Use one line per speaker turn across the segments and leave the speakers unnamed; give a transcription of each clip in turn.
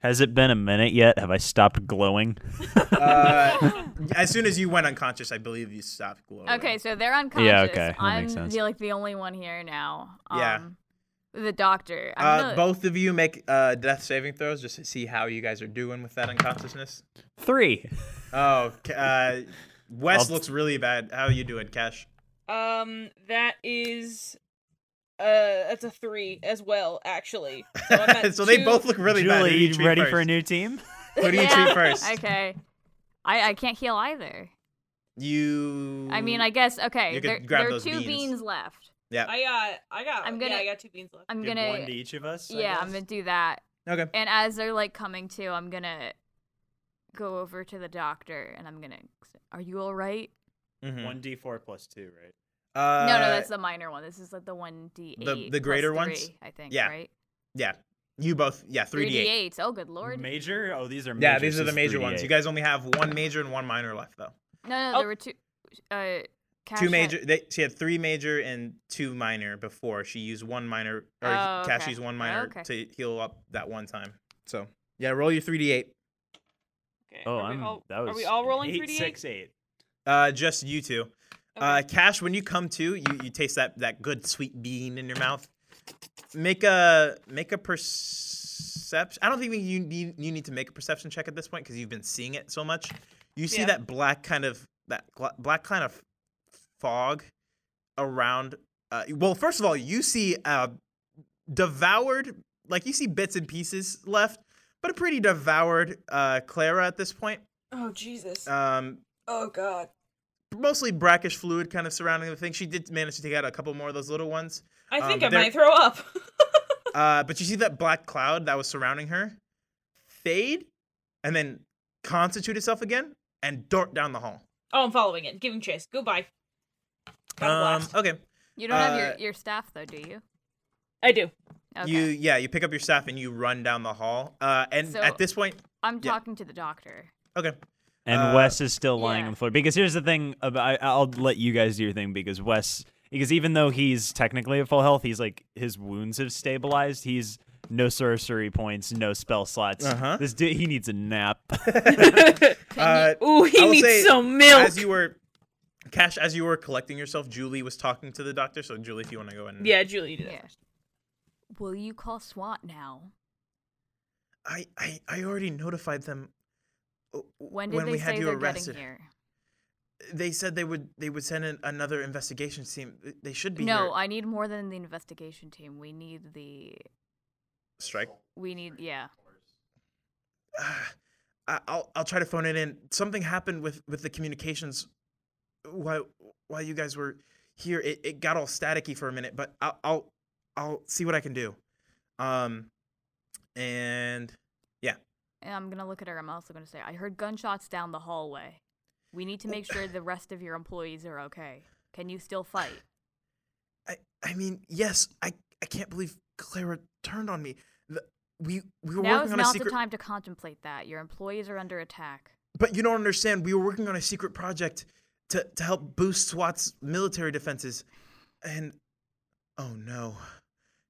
Has it been a minute yet? Have I stopped glowing?
Uh, as soon as you went unconscious, I believe you stopped glowing.
Okay, so they're unconscious.
okay, that
I'm
makes sense.
The, like the only one here now. Um,
Yeah.
The doctor. I'm
Uh,
gonna-
both of you make uh, death saving throws just to see how you guys are doing with that unconsciousness.
Three.
Oh, K- uh, Wes
I'll-
looks really bad. How are you doing, Cash?
Um, that is, uh, that's a three as well, actually. So, I'm at
so they
two-
both look really bad. Who
Julie,
do you
you
treat
ready
first?
for a new team?
Who do you treat
Yeah,
first?
Okay. I, I can't heal either.
You.
I mean, I guess okay.
Mm. You could
there
grab
there are
those
two
beans.
beans. left.
Yeah.
I got, I got.
I'm
I'm
gonna-
gonna. I got two beans left.
I'm
Give
gonna
one to each of us. I
yeah, I'm
guess.
gonna do that.
Okay.
And as they're like coming to, I'm gonna go over to the doctor and I'm gonna. say, Are you all right?
Mhm.
One D four plus two, right?
Uh,
no, no, that's the minor one. This is like the one D eight.
the greater
plus
ones?
three, I think.
Yeah.
Right.
Yeah. You both. Yeah, 3D8.
eights. Oh, good lord.
Major? Oh, these are major.
Yeah, these are the major ones. You guys only have one major and one minor left, though.
no, no,
Oh.
there were two. Uh, Cash
two
had-
major. They, she had three major and two minor before. She used one minor, or
Oh,
Cash
okay.
used one minor
Okay.
to heal up that one time. So yeah, roll your three d eight.
Okay.
Oh,
are
I'm.
We all,
that was
are we all rolling
eight,
three d
six, eight.
Uh, just you two. Uh, Cash, when you come to, you, you taste that that good sweet bean in your mouth. Make a make a perception. I don't think that you need you need to make a perception check at this point because you've been seeing it so much. You see
Yeah.
that black kind of that gla- black kind of fog around. Uh, well, first of all, you see uh, devoured like you see bits and pieces left, but a pretty devoured uh, Clara at this point.
Oh Jesus.
Um,
oh God.
mostly brackish fluid kind of surrounding the thing. She did manage to take out a couple more of those little ones.
I
um,
think I
there-
might throw up.
Uh, but you see that black cloud that was surrounding her fade and then constitute itself again and dart down the hall.
oh, I'm following it. Giving chase. Goodbye. Got a
Um,
blast.
okay.
You don't have
uh,
your, your staff though, do you?
I do.
Okay.
You yeah, you pick up your staff and you run down the hall. Uh, and
So-
at this point,
I'm
yeah.
talking to the doctor.
okay.
And
Uh,
Wes is still lying
yeah.
on the floor. Because here's the thing about, I, I'll let you guys do your thing because Wes, because even though he's technically at full health, he's like, his wounds have stabilized. He's no sorcery points, no spell slots.
Uh-huh.
This dude, he needs a nap.
Uh,
Ooh, he
I will
needs
say,
some milk.
As you were Cash, as you were collecting yourself, Julie was talking to the doctor. So Julie, if you want to go in,
yeah, Julie did.
Yeah. Will you call SWAT now?
I, I I already notified them. uh,
When did they
we
say
had you
they're
arrested.
getting here?
they said they would they would send in another investigation team. They should be
no,
here.
I need more than the investigation team. We need the
strike.
we need yeah.
I, I'll I'll try to phone it in. Something happened with with the communications while while you guys were here. It it got all staticky for a minute, but I'll I'll, I'll see what I can do. Um, and
And I'm gonna look at her. I'm also gonna say I heard gunshots down the hallway. We need to make sure the rest of your employees are okay. Can you still fight?
I I mean yes, I I can't believe Clara turned on me. The, we we were
Now is
working on a
not
secret.
the time to contemplate that. Your employees are under attack.
But you don't understand. We were working on a secret project to, to help boost SWAT's military defenses. And oh no.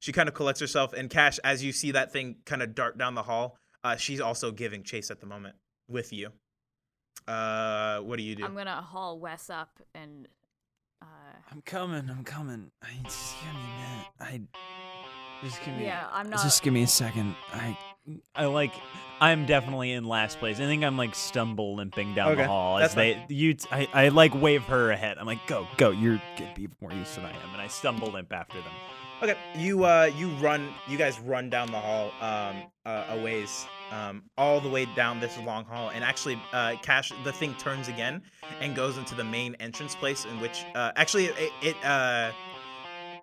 She kind of collects herself, and Cash, as you see that thing kind of dart down the hall, uh, she's also giving chase at the moment with you. Uh, what do you do?
I'm gonna haul Wes up and uh,
I'm coming. I'm coming. I just give me a minute. I just give
yeah, I'm not.
Just give me a second. I, I like. I'm definitely in last place. I think I'm like stumble limping down
Okay,
the hall
that's
as they you. T- I, I like wave her ahead. I'm like, go, go. You're gonna be more used than I am, and I stumble limp after them.
Okay, you uh, you run, you guys run down the hall, um, uh, a ways, um, all the way down this long hall, and actually, uh, Cash, the thing turns again and goes into the main entrance place, in which, uh, actually, it, it uh,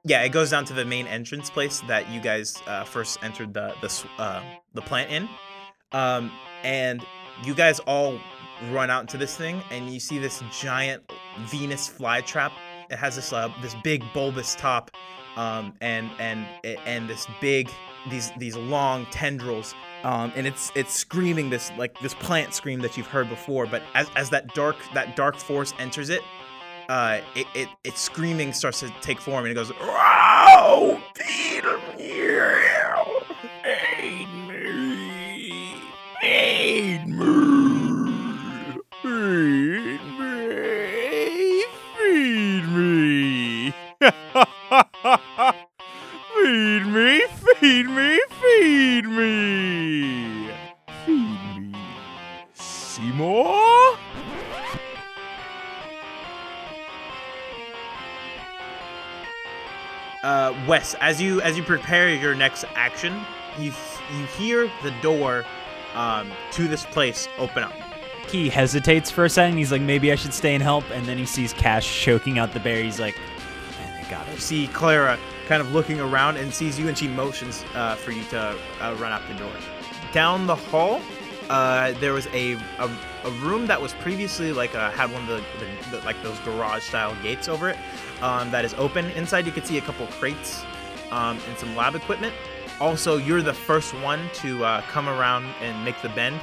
yeah, it goes down to the main entrance place that you guys uh, first entered the the s- uh, the plant in, um, and you guys all run out into this thing, and you see this giant Venus flytrap. It has this uh, this big bulbous top um, and and and this big these these long tendrils um, and it's it's screaming this like this plant scream that you've heard before but as, as that dark that dark force enters it uh, it, it its screaming starts to take form and it goes "Row, Peter, yeah, aid me."
there.
Feed me. Feed me. feed me. Feed me. Feed me. Feed me. Seymour?
uh, Wes, as you as you prepare your next action, you you hear the door um, to this place open up.
He hesitates for a second. He's like, maybe I should stay and help. And then he sees Cash choking out the bear. He's like, man, they got
You
us.
see Clara kind of looking around and sees you, and she motions uh, for you to uh, run out the door. Down the hall, uh, there was a, a a room that was previously like uh, had one of the, the, the like those garage style gates over it um, that is open. Inside, you can see a couple crates um, and some lab equipment. Also, you're the first one to uh, come around and make the bend.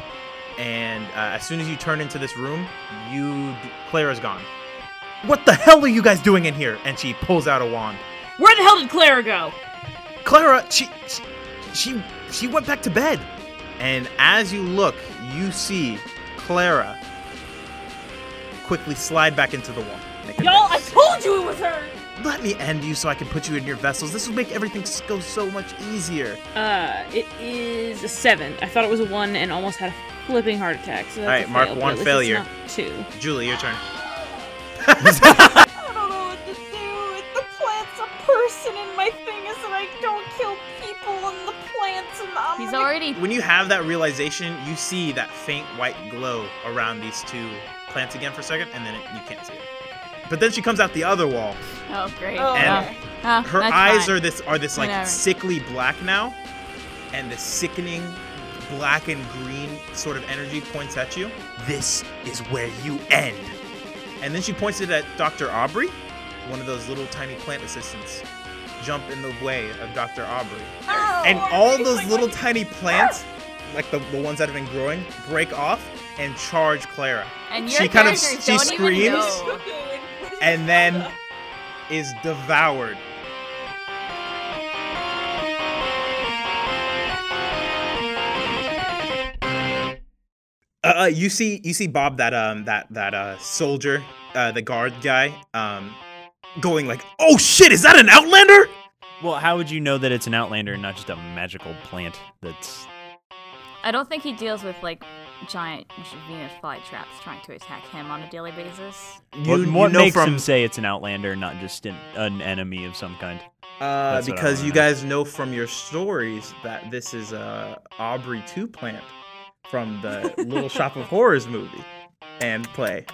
And uh, as soon as you turn into this room, you Clara's gone. What the hell are you guys doing in here? And she pulls out a wand.
Where the hell did Clara go?
Clara, she, she, she, she went back to bed. And as you look, you see Clara quickly slide back into the wall. Make a
Y'all, I
dex.
told you it was her!
Let me end you so I can put you in your vessels. This will make everything s- go so much easier.
Uh, it is a seven. I thought it was a one and almost had a flipping heart attack. So
Alright,
that's a
mark
fail, but
one
at least
failure.
It's not two.
Julie, your turn.
I don't know what to do. If the plant's a person, and my thing is that I don't kill people and the plants, and I'm
He's
gonna-
already
When you have that realization, you see that faint white glow around these two plants again for a second, and then it, you can't see it. But then she comes out the other wall.
Oh great.
Oh,
And
okay.
Oh,
Her
that's
eyes
fine.
are this are this like
Whatever.
sickly black now, and the sickening black and green sort of energy points at you. This is where you end. And then she points it at Dr. Aubrey, one of those little tiny plant assistants. Jump in the way of Dr. Aubrey.
Oh,
Ow!
And all those little tiny plants, like the, the ones that have been growing, break off and charge Clara.
And your
she kind of-
characters
she
don't Even
screams.
know.
And then is devoured. Uh, uh, you see, you see Bob, that um, that that uh, soldier, uh, the guard guy, um, going like, "Oh shit, is that an Outlander?"
Well, how would you know that it's an Outlander and not just a magical plant that's.
I don't think he deals with like giant Venus flytraps trying to attack him on a daily basis.
what,
you
what
know
makes
from-
him say it's an Outlander, not just an, an enemy of some kind?
Uh,
That's what I
because
wanna
you
know.
guys know from your stories that this is uh, Aubrey Two Plant from the Little Shop of Horrors movie and play.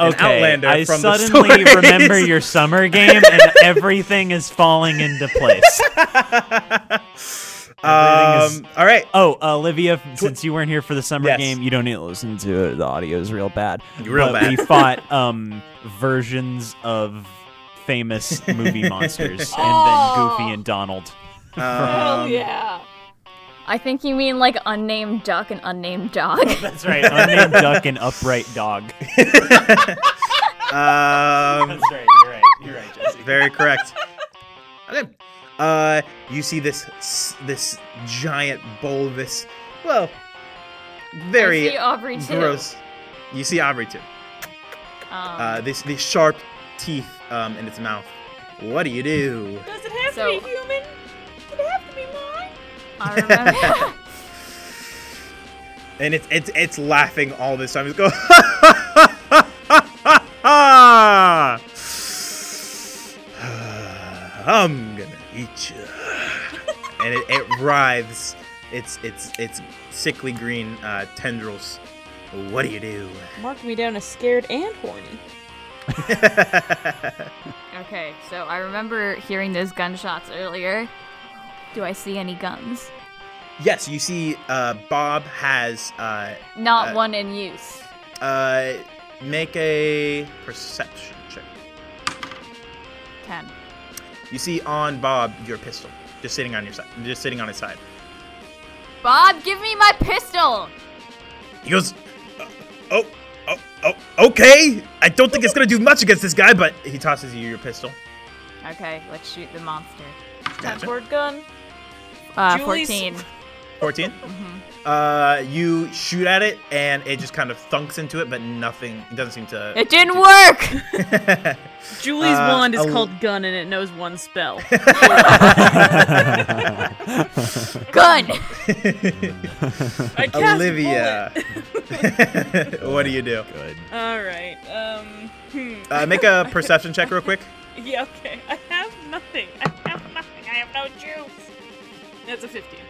An
Okay,
Outlander
I
from the
suddenly
stories.
remember your summer game, and everything is falling into place. is-
um, all right.
Oh, Olivia, since you weren't here for the summer
Yes.
game, you don't need to listen to it. The audio is real bad.
Real
but
bad.
We fought um, versions of famous movie monsters, and then Goofy and Donald.
Um,
Oh, yeah.
I think you mean like unnamed duck and unnamed dog.
That's right, unnamed duck and upright dog.
um,
right. You're right. You're right, Jesse.
very correct. Okay. Uh, you see this s- this giant bulbous, well,
I see
very
Aubrey too.
gross. You see Aubrey too.
Um,
uh, this these sharp teeth um, in its mouth. What do you do?
Does it have
So-
to be human? Does it have to be mine?
Uh,
I remember.
And it's it's it's laughing all this time. It's going. I'm gonna eat you. and it, it writhes its its its sickly green uh, tendrils. What do you do?
Mark me down as scared and horny.
okay, so I remember hearing those gunshots earlier. Do I see any guns?
yes, you see, uh, Bob has uh,
Not
Uh,
one in use.
uh, make a perception check.
Ten.
You see on Bob your pistol, just sitting on your side, just sitting on his side.
Bob, give me my pistol.
He goes, "Oh, oh, oh, okay. I don't think it's gonna do much against this guy, but he tosses you your pistol."
Okay, let's shoot the monster.
Gotcha.
Word gun.
Uh,
Julie's-
fourteen.
14.
hmm
Uh, you shoot at it, and it just kind of thunks into it, but nothing. It doesn't seem to.
It didn't work.
Julie's
Uh,
wand is
a-
called Gun, and it knows one spell.
Gun.
I cast a
Olivia,
bullet.
what do you do?
Good.
All right. Um. Hmm.
Uh, make a perception check real quick.
Yeah. Okay. I have nothing. I have nothing. I have no juice. That's a fifteen.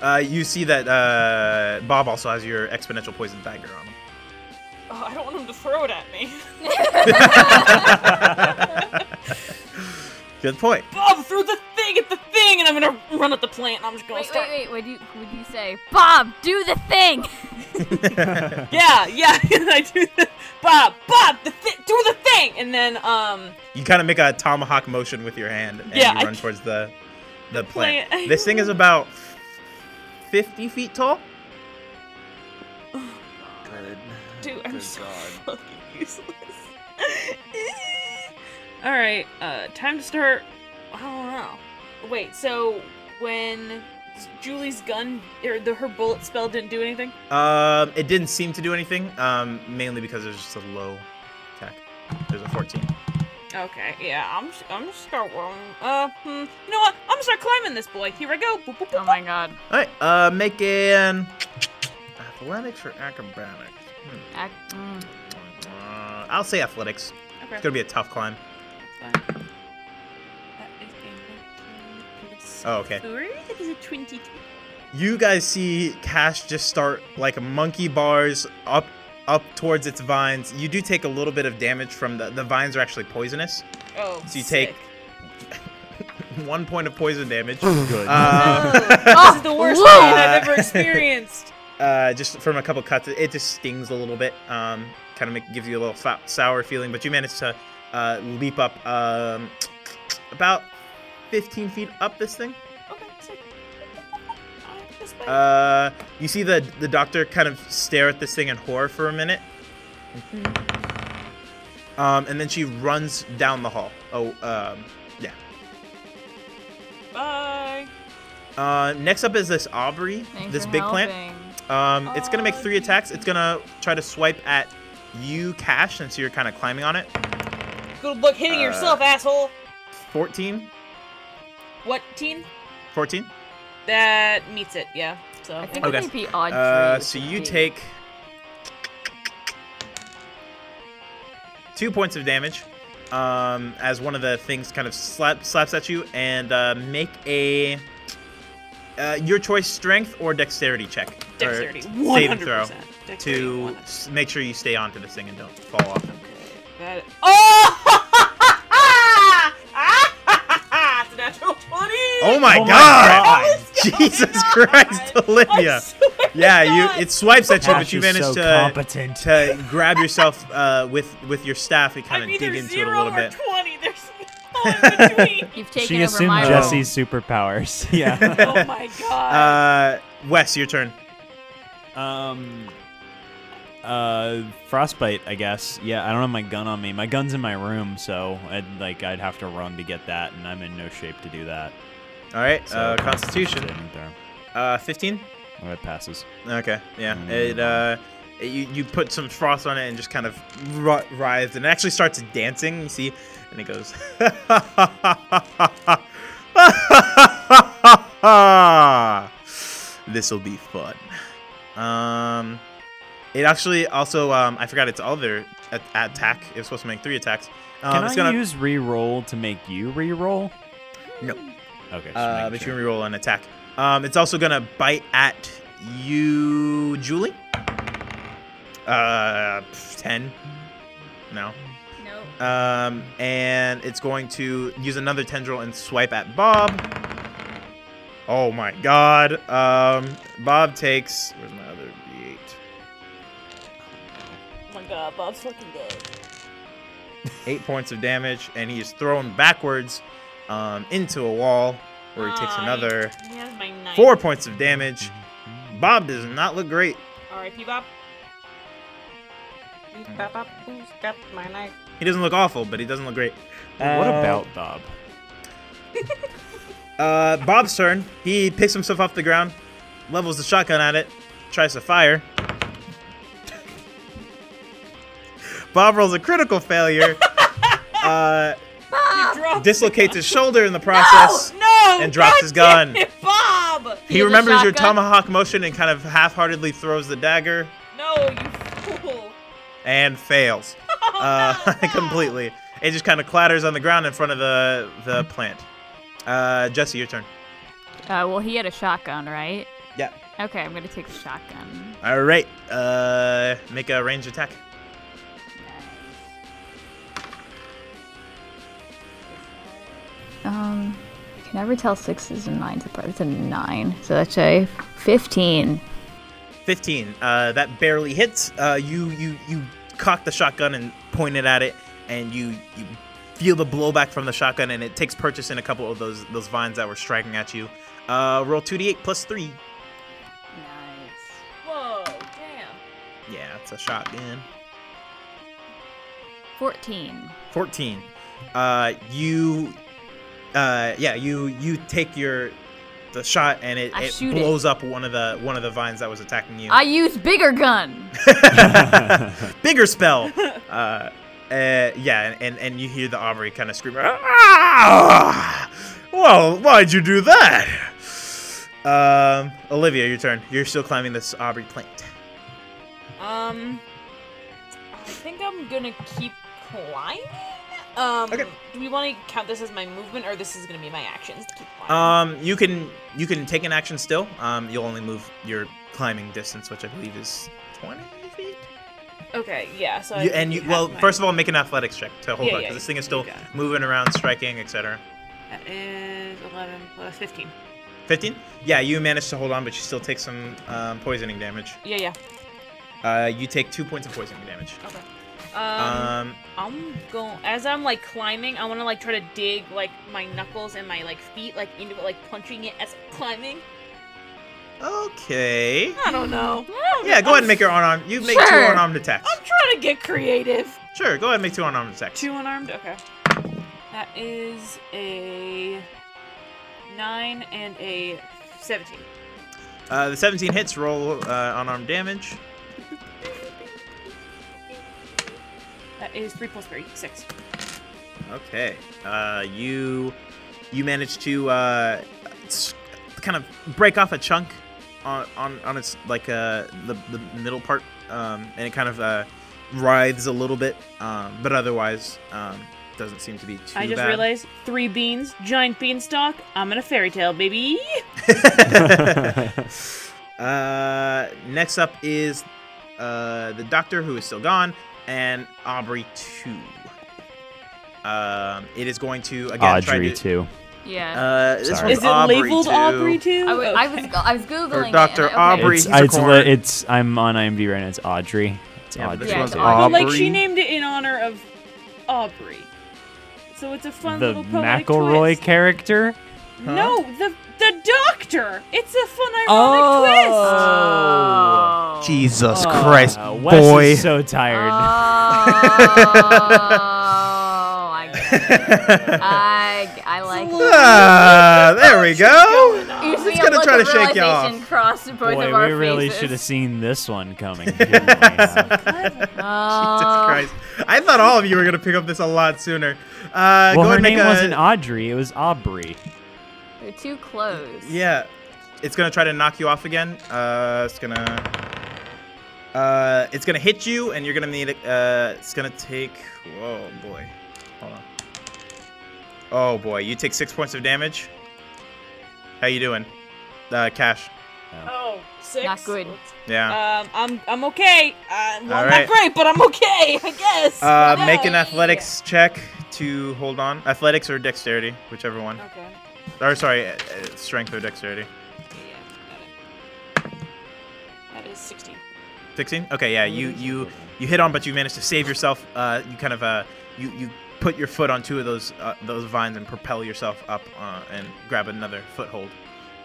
Uh, you see that uh, Bob also has your exponential poison dagger on him.
Oh, I don't want him to throw it at me.
Good point.
Bob threw Oh, the thing at the thing, and I'm gonna run at the plant. And I'm just gonna
wait,
start.
wait, wait. Would you would you say, Bob, do the thing?
Yeah, yeah. And I do the Bob, Bob, the thi- do the thing, and then um,
You kind of make a tomahawk motion with your hand, and
Yeah,
you
I
run
c-
towards the the plant.
plant.
This thing is about fifty feet tall.
Good.
dude,
Oh,
I'm
Good
so
God.
fucking useless. All right, uh, time to start. I don't know. Wait, so when Julie's gun or the, her bullet spell didn't do anything?
Um, it didn't seem to do anything. Um, mainly because it was just a low attack. There's a fourteen.
Okay, yeah, I'm just, I'm just start. Uh, hmm, you know what? I'm gonna start climbing this boy. Here I go. Boop, boop, boop,
Oh my god.
All right. Uh, make an athletics or acrobatics. Hmm.
Ac- mm.
Uh, I'll say athletics.
boop.
It's
Okay.
gonna be a tough climb.
Fine. That is a 19 plus
Oh, okay.
four. That is a 22.
You guys see Cash just start like monkey bars up up towards its vines. You do take a little bit of damage from the the vines are actually poisonous.
Oh,
So you
sick.
take- One point of poison damage.
Good.
Uh,
This is the worst
Whoa.
pain I've ever
Uh,
experienced.
uh, just from a couple cuts, it just stings a little bit. Um, kind of make, gives you a little fa- sour feeling, but you manage to uh, leap up um, about 15 feet up this thing.
okay, sick. Uh, this way.
Uh, you see the the doctor kind of stare at this thing in horror for a minute. Um, and then she runs down the hall. Oh, um, yeah.
Bye.
Uh, next up is this Aubrey,
Thanks
this
for
big plant.
helping.
Um, it's gonna make
Oh,
three attacks. It's gonna try to swipe at you, Cash, since you're kind of climbing on it.
Good luck hitting
Uh,
yourself, asshole.
14,
What teen?
14.
That meets it. Yeah. So
I
yeah.
think
Okay.
it might be odd.
Uh,
trees
so
would
you
be-
take two points of damage um, as one of the things kind of slap, slaps at you, and uh, make a uh, your choice strength or dexterity check. or
dexterity.
saving
100%.
throw
Dexterity,
to
100%.
s- make sure you stay onto this thing and don't fall off.
That. Oh! it's a natural 20!
Oh
Oh my
my, god!
God.
Jesus Christ, Olivia! Yeah, you it swipes at you, but
Cash
you
is
manage
so
to
competent.
to grab yourself uh, with with your staff and kind
I'm
of
either
dig into it a
zero
little
or
bit.
20. There's no in between.
You've taken
she
over my
assumed
role.
Jesse's superpowers. Yeah.
oh my god.
Uh, Wes, your turn.
um. Uh, frostbite. I guess. Yeah. I don't have my gun on me. My gun's in my room, so I'd like I'd have to run to get that, and I'm in no shape to do that.
All right,
So
uh, Constitution.
saving throw.
Uh, 15.
Oh, that passes.
Okay, yeah.
Mm.
It uh, it- you you put some frost on it and just kind of ri- writhed, and it actually starts dancing. You see, and it goes. this will be fun. Um, it actually also um, I forgot its other a- attack. It was supposed to make three attacks. Um,
Can
it's
I
gonna,
use re-roll to make you re-roll?
No.
Okay. just
Uh,
making
but you
sure.
can reroll an attack. Um, it's also gonna bite at you, Julie. Uh, pff, ten. No.
No.
Um, and it's going to use another tendril and swipe at Bob. Oh my God. Um, Bob takes. Where's my other d8?
oh my god, Bob's fucking dead.
Eight points of damage, and he is thrown backwards, um, into a wall, where he takes
Aw,
another
He has my knife.
four points of damage. Bob does not look great.
R.I.P. Bob.
Hmm.
Bop, bop, who's got my knife?
He doesn't look awful, but he doesn't look great.
What about Bob?
Uh, Bob's turn. He picks himself off the ground, levels the shotgun at it, tries to fire. Bob rolls a critical failure, uh,
He drops
dislocates his shoulder in the process.
No, Ah! Oh, no,
and drops his
goddamn
gun.
it, Bob.
He
Use a
remembers your
shotgun?
tomahawk motion and kind of half-heartedly throws the dagger
No, you fool.
and fails uh, completely. It just kind of clatters on the ground in front of the the plant. Uh, Jesse, your turn.
Uh, well, he had a shotgun, right?
Yeah.
Okay, I'm gonna take the shotgun.
All right. Uh, make a range attack.
Um, you can never tell sixes and nines apart. It's a nine, so that's a fifteen.
15. Uh, that barely hits. Uh, you you you cock the shotgun and point it at it, and you you feel the blowback from the shotgun, and it takes purchase in a couple of those those vines that were striking at you. Uh, roll 2d8 plus three.
Nice.
Whoa, damn.
Yeah, it's a shotgun.
Fourteen.
14. Uh, you, uh, yeah, you you take your the shot, and it,
I
it
shoot it.
blows up one of the one of the vines that was attacking you.
I use bigger gun.
bigger spell. uh, uh, yeah, and, and you hear the Aubrey kind of scream. "Ah! Well, why'd you do that? Um, Olivia, your turn. You're still climbing this Aubrey plant.
Um, I think I'm gonna keep climbing. Um,
Okay.
do we want to count this as my movement, or this is gonna be my actions to keep climbing?
Um, you can you can take an action still. Um, you'll only move your climbing distance, which I believe is 20 feet.
okay, yeah. So I
You,
think
and you
have
well,
my-
first of all, make an athletics check to hold
Yeah,
on
yeah,
because this thing is
you
still
got it.
moving around, striking, etc.
that is 11 plus 15.
15. Yeah, you managed to hold on, but you still take some um, poisoning damage.
Yeah, yeah.
Uh, you take two points of poisoning damage.
Okay.
Um,
um I'm going as I'm like climbing. I want to like try to dig like my knuckles and my like feet like into it, like punching it as I'm climbing.
okay.
I don't know.
Yeah, go ahead and make your unarmed. You make two
Sure.
unarmed attacks.
I'm trying to get creative.
Sure, go ahead and make two unarmed attacks.
Two unarmed. Okay. That is a nine and a seventeen.
Uh, the 17 hits. Roll uh, unarmed damage.
That is three plus three, six.
Okay. Uh, you you manage to uh, s- kind of break off a chunk on on, on its like uh, the the middle part, um, and it kind of uh, writhes a little bit, um, but otherwise um, doesn't seem to be too
I just
bad.
realized three beans, giant beanstalk. I'm in a fairy tale, baby.
uh, next up is uh, the doctor who is still gone, and Aubrey two. Um, it is going to again try
Audrey
to.
too.
Yeah.
Uh, this
Sorry.
one's
Is it
Aubrey
labeled
2.
Aubrey too?
I, w- I was
Okay.
I was googling it,
Dr.
and I- okay.
Aubrey.
it's
he's a
it's,
corn.
li- it's I'm on IMDb right now. It's Audrey. It's
Yeah, but
Audrey.
this
Yeah,
one's
it's
Well,
Aubrey.
like she named it in honor of Aubrey. So it's a fun
the
little poetic
McElroy
twist.
character.
No, the the doctor. It's a fun ironic
Oh.
Jesus Christ,
Uh, Wes is
boy.
so tired.
Oh, I get it. I, I like it.
ah, there we go.
You
It's
see a
gonna
look
try to
of
shake you
realization
off.
Cross both
Boy,
of our
we really
faces.
should have seen this one coming. didn't we? Uh,
Oh.
Jesus Christ. I thought all of you were gonna pick up this a lot sooner.
well,
Uh, go
her
and make
name
a,
wasn't Audrey. It was Aubrey.
They're too close.
Yeah, it's gonna try to knock you off again. Uh, it's gonna. Uh, it's gonna hit you, and you're gonna need. Uh, it's gonna take. Whoa, boy. Hold on. Oh boy, you take six points of damage. How you doing, uh, Cash?
twist. Oh, six.
Not good.
Yeah.
Um, I'm I'm okay. Uh,
All
well, I'm
right.
not great, but I'm okay, I guess.
Uh, make an
Yay.
athletics check to hold on. Athletics or dexterity, whichever one.
Okay.
Or sorry, uh, uh, strength or dexterity.
Yeah, got it. That is sixteen.
16. Okay, yeah. You you you hit on, but you managed to save yourself. Uh, you kind of uh, you you put your foot on two of those uh, those vines and propel yourself up uh, and grab another foothold.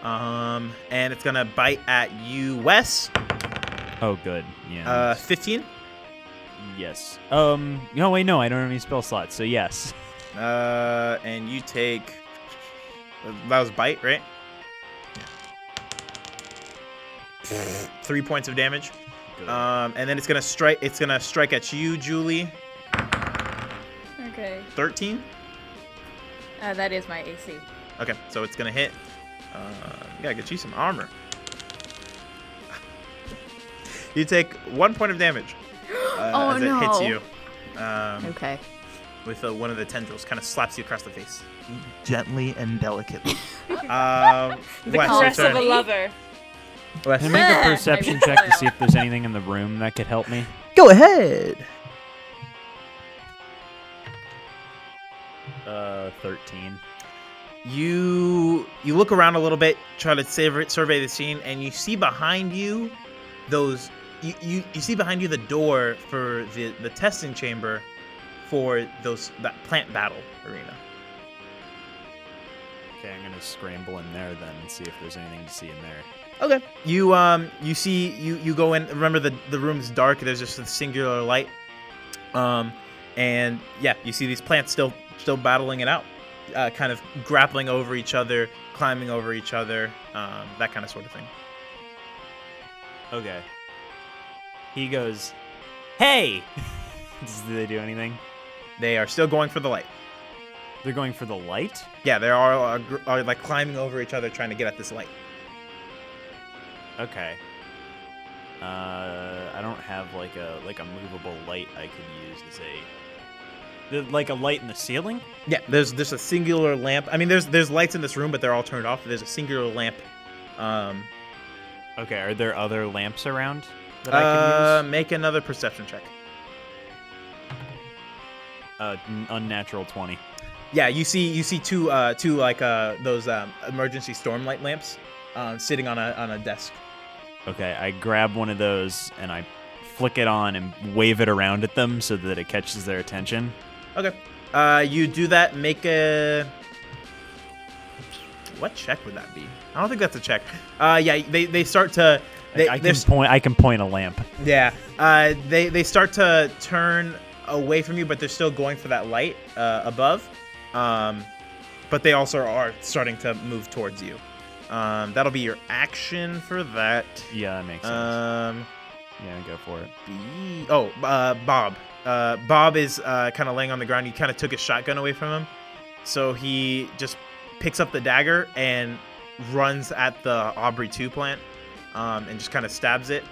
Um, and it's gonna bite at you, Wes.
Oh, good. Yeah.
Uh, 15.
yes. Um. No, wait. No, I don't have any spell slots. So yes.
Uh, and you take. That was bite, right? three points of damage.
Good.
Um, and then it's gonna strike. It's gonna strike at you, Julie.
Okay.
Thirteen.
Uh, that is my AC.
Okay, so it's gonna hit. Uh, you gotta get you some armor. You take one point of damage uh,
Oh,
as it
no.
hits you. Um,
Okay.
with uh, one of the tendrils, kind of slaps you across the face, gently and delicately. the Um, Wes, your
Caress of a
turn.
lover.
Wes.
Can I make a
Ah,
perception
I
check to
will.
see if there's anything in the room that could help me?
Go ahead.
Uh, thirteen.
You you look around a little bit, try to savor it, survey the scene, and you see behind you those you, you, you see behind you the door for the, the testing chamber for those that plant battle arena.
Okay, I'm gonna scramble in there then and see if there's anything to see in there.
Okay. You um you see you you go in. Remember the the room's dark. There's just a singular light. Um, and yeah, you see these plants still still battling it out, uh, kind of grappling over each other, climbing over each other, um, that kind of sort of thing.
Okay. He goes, "Hey!" Does do they do anything?
They are still going for the light.
They're going for the light.
Yeah, they are, are, gr- are like climbing over each other trying to get at this light.
Okay. Uh, I don't have like a like a movable light I could use as a The- like a light in the ceiling.
Yeah, there's there's a singular lamp. I mean, there's there's lights in this room, but they're all turned off. There's a singular lamp. Um,
Okay, are there other lamps around that
uh,
I
make another perception check.
can use? Uh, n- unnatural twenty.
Yeah, you see you see two uh two like uh those um, emergency stormlight lamps, um, sitting on a on a desk.
Okay, I grab one of those and I flick it on and wave it around at them so that it catches their attention.
Okay. Uh, you do that. Make a. What check would that be? I don't think that's a check. Uh, yeah, they they start to. They,
I
they're
can point. I can point a lamp.
Yeah. Uh, they they start to turn away from you, but they're still going for that light uh, above. Um, but they also are starting to move towards you. Um, that'll be your action for that.
Yeah, that makes sense.
Um,
yeah, go for it.
be- oh, uh, Bob. Uh, Bob is uh, kind of laying on the ground. You kind of took his shotgun away from him, so he just picks up the dagger and runs at the Aubrey Two plant, um, and just kind of stabs it.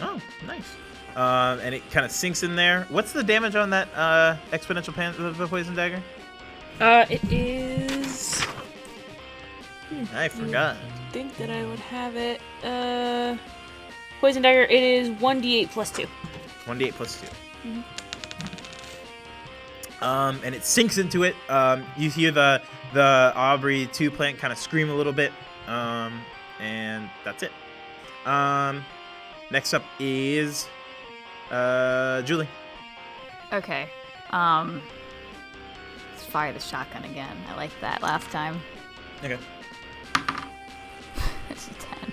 Oh, nice. Um, and it kind of sinks in there. What's the damage on that uh, exponential pan- the, the poison dagger?
Uh, it is.
I forgot.
Think that I would have it. Uh, poison dagger. It is one d8 plus two.
One d8 plus 2
Mm-hmm.
Um, and it sinks into it. Um, you hear the the Aubrey two plant kind of scream a little bit. Um, and that's it. Um, next up is uh Julie.
Okay. Um. Let's fire the shotgun again. I liked that last time.
Okay.
It's a ten.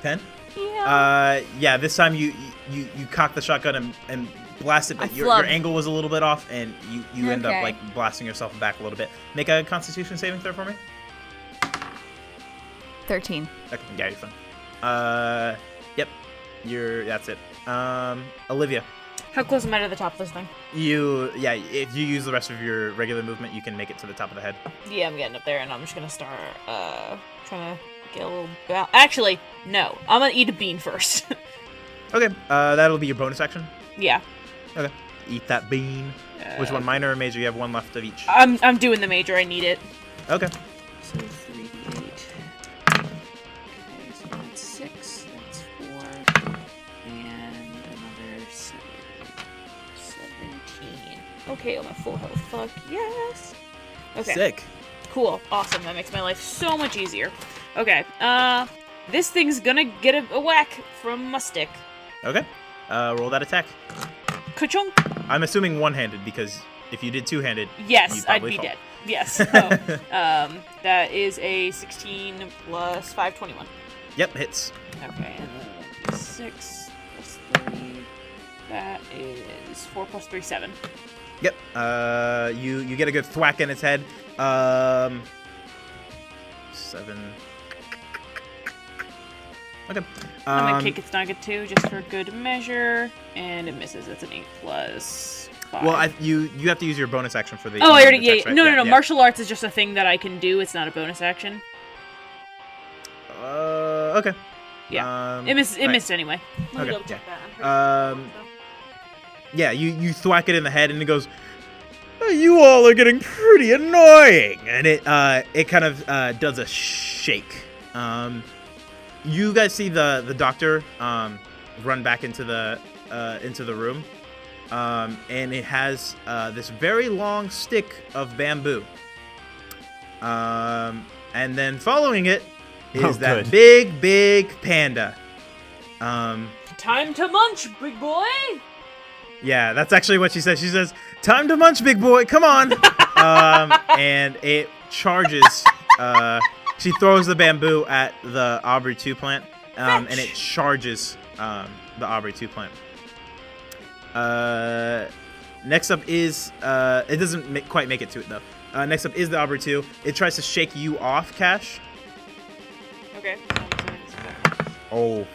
Ten.
Yeah.
Uh, yeah. This time you you you cock the shotgun and, and blast it,
I
but your, your
flubbed.
angle was a little bit off, and you you end up
Okay.
like blasting yourself back a little bit. Make a Constitution saving throw for me.
Thirteen.
Okay, yeah, you're fine. Uh, yep, you're. That's it. Um, Olivia,
How close am I to the top of this thing?
you. Yeah, if you use the rest of your regular movement, you can make it to the top of the head.
Yeah, I'm getting up there, and I'm just gonna start uh trying to get a little. Ba- Actually, no. I'm gonna eat a bean first.
Okay, uh, that'll be your bonus action.
yeah,
Okay, eat that bean. Which one, minor or major? You have one left of each.
I'm I'm doing the major. I need it.
Okay.
So three d8. Okay, so that's six. That's four, and another seven. Seventeen. Okay, I'm at full health. Fuck yes. Okay.
Sick.
Cool. Awesome. That makes my life so much easier. Okay. Uh, this thing's gonna get a, a whack from my stick.
Okay. Uh, roll that attack.
Kachung.
I'm assuming one-handed because if you did two-handed,
Yes,
You'd
I'd
probably
be
fall.
dead. Yes. Oh, um, that is a 16 plus 5, 21.
yep, hits.
Okay, and then 6 plus 3. That is 4 plus 3, 7.
Yep. Uh, you you get a good thwack in its head. Um, seven. Okay.
I'm
Um,
gonna kick its nugget too, just for good measure, and it misses. That's an eight plus. Five.
well, I, you you have to use your bonus action for the.
oh, I already.
the
Yeah,
text,
yeah.
right?
No, no, no.
yeah.
Martial arts is just a thing that I can do. It's not a bonus action.
Uh, okay. Yeah. Um,
It missed. It
right.
missed anyway.
Let
Okay,
me double check that. I'm pretty
Um,
sure. it's
Yeah, you you thwack it in the head and it goes. "Uh, You all are getting pretty annoying, and it uh it kind of uh does a shake. Um, you guys see the the doctor um run back into the uh into the room, um and it has uh this very long stick of bamboo. Um, and then following it is
Oh,
that
good.
big big panda. Um.
Time to munch, big boy.
Yeah, that's actually what she says. She says, "Time to munch, big boy. Come on!" um, and it charges. Uh, she throws the bamboo at the Aubrey two plant, um, and it charges um, the Aubrey two plant. Uh, next up is uh, it doesn't ma- quite make it to it though. Uh, next up is the Aubrey two. It tries to shake you off, Cash.
Okay.
Oh,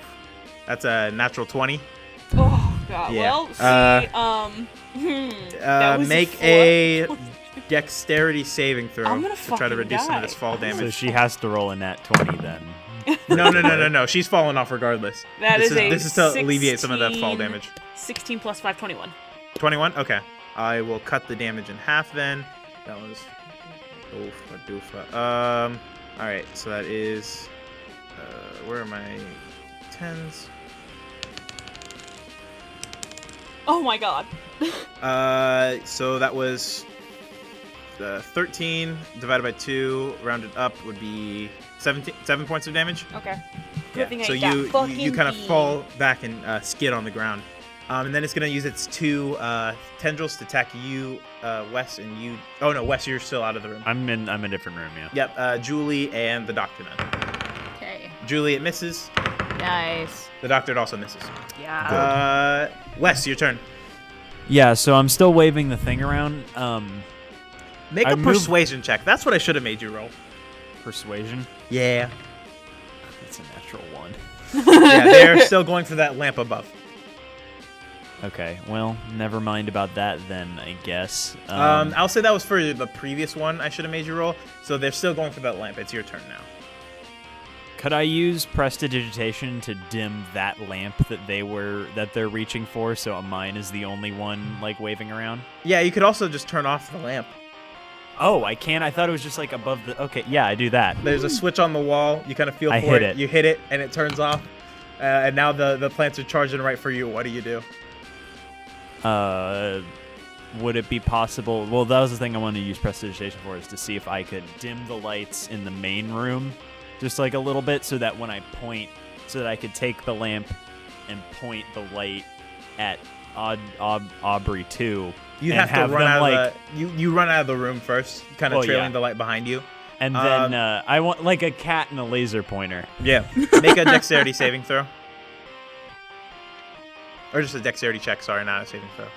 that's a natural twenty.
Oh God.
Yeah.
Well, see.
Uh,
um. Hmm, that
Uh,
was
make
four.
a dexterity saving throw
I'm gonna
to try to
fucking
reduce some
die.
of this fall
I'm gonna
damage.
So she has to roll a nat 20 then.
No, no, no, no, no. She's falling off regardless.
That
this
is a
this is to alleviate some of that fall
16.
damage.
Sixteen plus five, twenty-one.
21? Okay. I will cut the damage in half then. That was oofa doofa. Um all right, so that is uh, where are my tens?
Oh my God.
Uh so that was uh, 13 divided by 2 rounded up would be 17 7 points of damage.
Okay.
Yeah,
thing I
So you,
ate that
you you
fucking
kind of
bean.
fall back and uh, skid on the ground, um, and then it's gonna use its two uh, tendrils to attack you, uh, Wes, and you. Oh no, Wes, you're still out of the room.
I'm in I'm in a different room, yeah.
Yep, uh, Julie and the doctor. Then
Okay.
Julie it misses.
Nice.
The doctor it also misses.
Yeah.
Uh, Wes, your turn.
Yeah, so I'm still waving the thing around. Um
Make
I
a
move-
persuasion check. That's what I should have made you roll.
persuasion.
Yeah.
That's a natural one.
yeah, they're still going for that lamp above.
Okay. Well, never mind about that then, I guess.
Um, I'll say that was for the previous one. I should have made you roll. So they're still going for that lamp. It's your turn now.
Could I use prestidigitation to dim that lamp that they were that they're reaching for? So mine is the only one like waving around.
Yeah, you could also just turn off the lamp.
Oh, I can't. I thought it was just like above the. Okay, yeah, I do that.
There's a switch on the wall. You kind of feel
Mm. I
for
hit
it.
it.
You hit it, and it turns off. Uh, and now the, the plants are charging right for you. What do you do?
Uh, would it be possible? Well, that was the thing I wanted to use prestidigitation for is to see if I could dim the lights in the main room, just like a little bit, so that when I point, so that I could take the lamp and point the light at Aud- Aub- Aubrey too.
You
and
have, to run
them,
out
like,
of the, you you run out of the room first, kind of
Well,
trailing
yeah.
the light behind you.
And
Um,
then uh, I want like a cat and a laser pointer.
Yeah. Make a dexterity saving throw. Or just a dexterity check. Sorry, not a saving throw.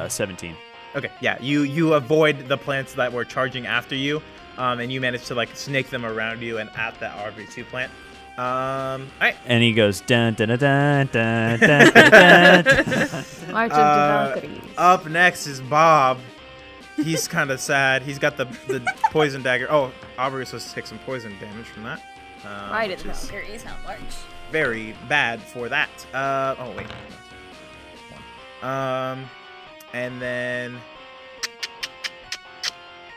Uh, 17.
Okay. Yeah. You you avoid the plants that were charging after you, um, and you manage to like snake them around you and at that RB2 plant. Um, all right.
And he goes dun dun dun dun dun dun. dun, dun.
March of
uh,
the Valkyries.
Up next is Bob. He's kind of sad. He's got the, the poison dagger. Oh, Aubrey was supposed to take some poison damage from that. Um,
Right at the
which is
Valkyries, not March.
very bad for that. Uh, oh wait. One. Um, and then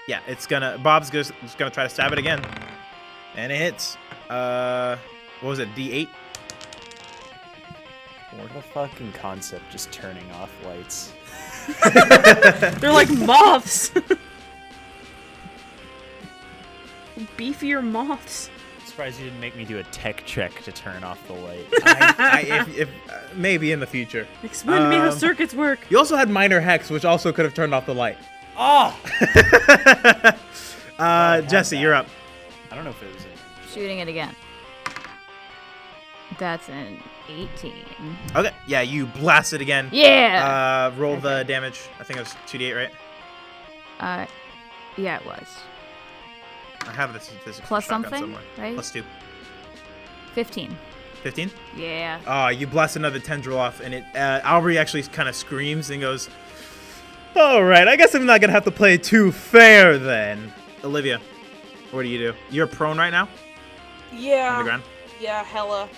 yeah, it's gonna. Bob's goes, just gonna try to stab it again, and it hits. Uh, what was it? D8.
What a fucking concept! Just turning off lights.
They're like moths. Beefier moths.
Surprised you didn't make me do a tech check to turn off the light.
I, I, if, if, uh, maybe in the future.
Explain to me how
Um,
circuits work.
You also had minor hex, which also could have turned off the light.
oh!
Uh, Jesse, you're up.
I don't know if it was. In-
Shooting it again. That's an 18.
Okay. Yeah, you blast it again.
Yeah.
Uh, roll the damage. I think it was 2d8, right?
Uh, yeah, it was.
I have this. this
Plus
shotgun
something,
somewhere.
right?
Plus two.
15.
15?
Yeah.
Uh, you blast another tendril off, and it uh, Aubrey actually kind of screams and goes, "All right, I guess I'm not gonna have to play too fair then." Olivia, what do you do? You're prone right now on
Uh,
the
Yeah.
ground.
Yeah, hella.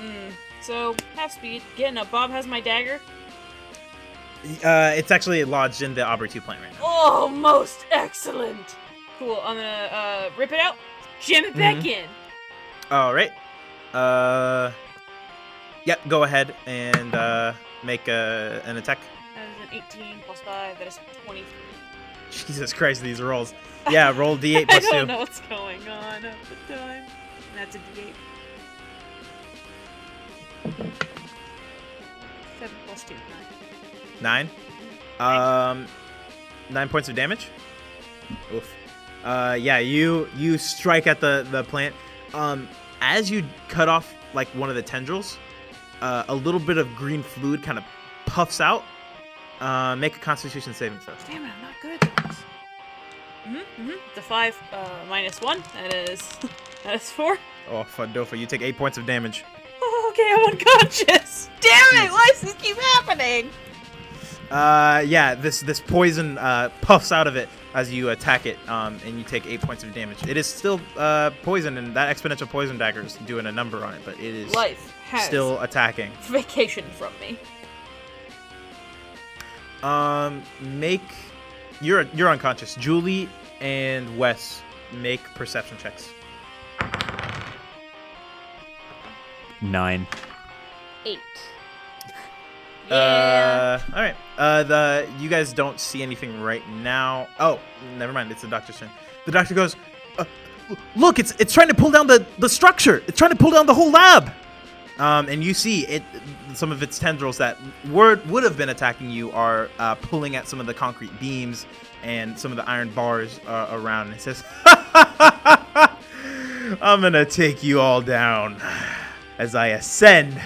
Mm. So, half speed, getting up. Bob has my dagger.
Uh, it's actually lodged in the Aubrey two plant right now.
Oh, most excellent. Cool, I'm gonna uh, rip it out, jam it
Mm-hmm.
back in.
All right. Uh, yep. Go ahead and uh, make a, an attack.
That is an 18 plus 5, that is 23.
Jesus Christ, these rolls. Yeah, roll d8
I
plus
don't
two.
know what's going on at the time. That's a d8. 7 plus 2, 9.
Nine. Um, nine points of damage. Oof. Uh, yeah, you you strike at the the plant. Um, as you cut off like one of the tendrils, uh, a little bit of green fluid kind of puffs out. Uh, make a Constitution saving throw.
Damn it, I'm not good at this. Mm-hmm, mm-hmm. The 5 uh, minus 1, that is, that is 4.
Oh, Fadofa, you take eight points of damage.
Oh, okay, I'm unconscious.
Damn it! Why does this keep happening?
Uh, yeah, this this poison uh, puffs out of it as you attack it, um, and you take eight points of damage. It is still uh, poison, and that exponential poison dagger is doing a number on it, but it is
Life has
still attacking.
vacation from me.
Um, make you're you're unconscious. Julie and Wes make perception checks.
Nine.
Eight.
Uh, all right. Uh, the you guys don't see anything right now. Oh, never mind. It's the doctor's turn. The doctor goes, uh, l- "Look, it's it's trying to pull down the the structure. It's trying to pull down the whole lab." Um, and you see it. Some of its tendrils that were would have been attacking you are uh, pulling at some of the concrete beams and some of the iron bars uh, around. And it says, "I'm gonna take you all down as I ascend."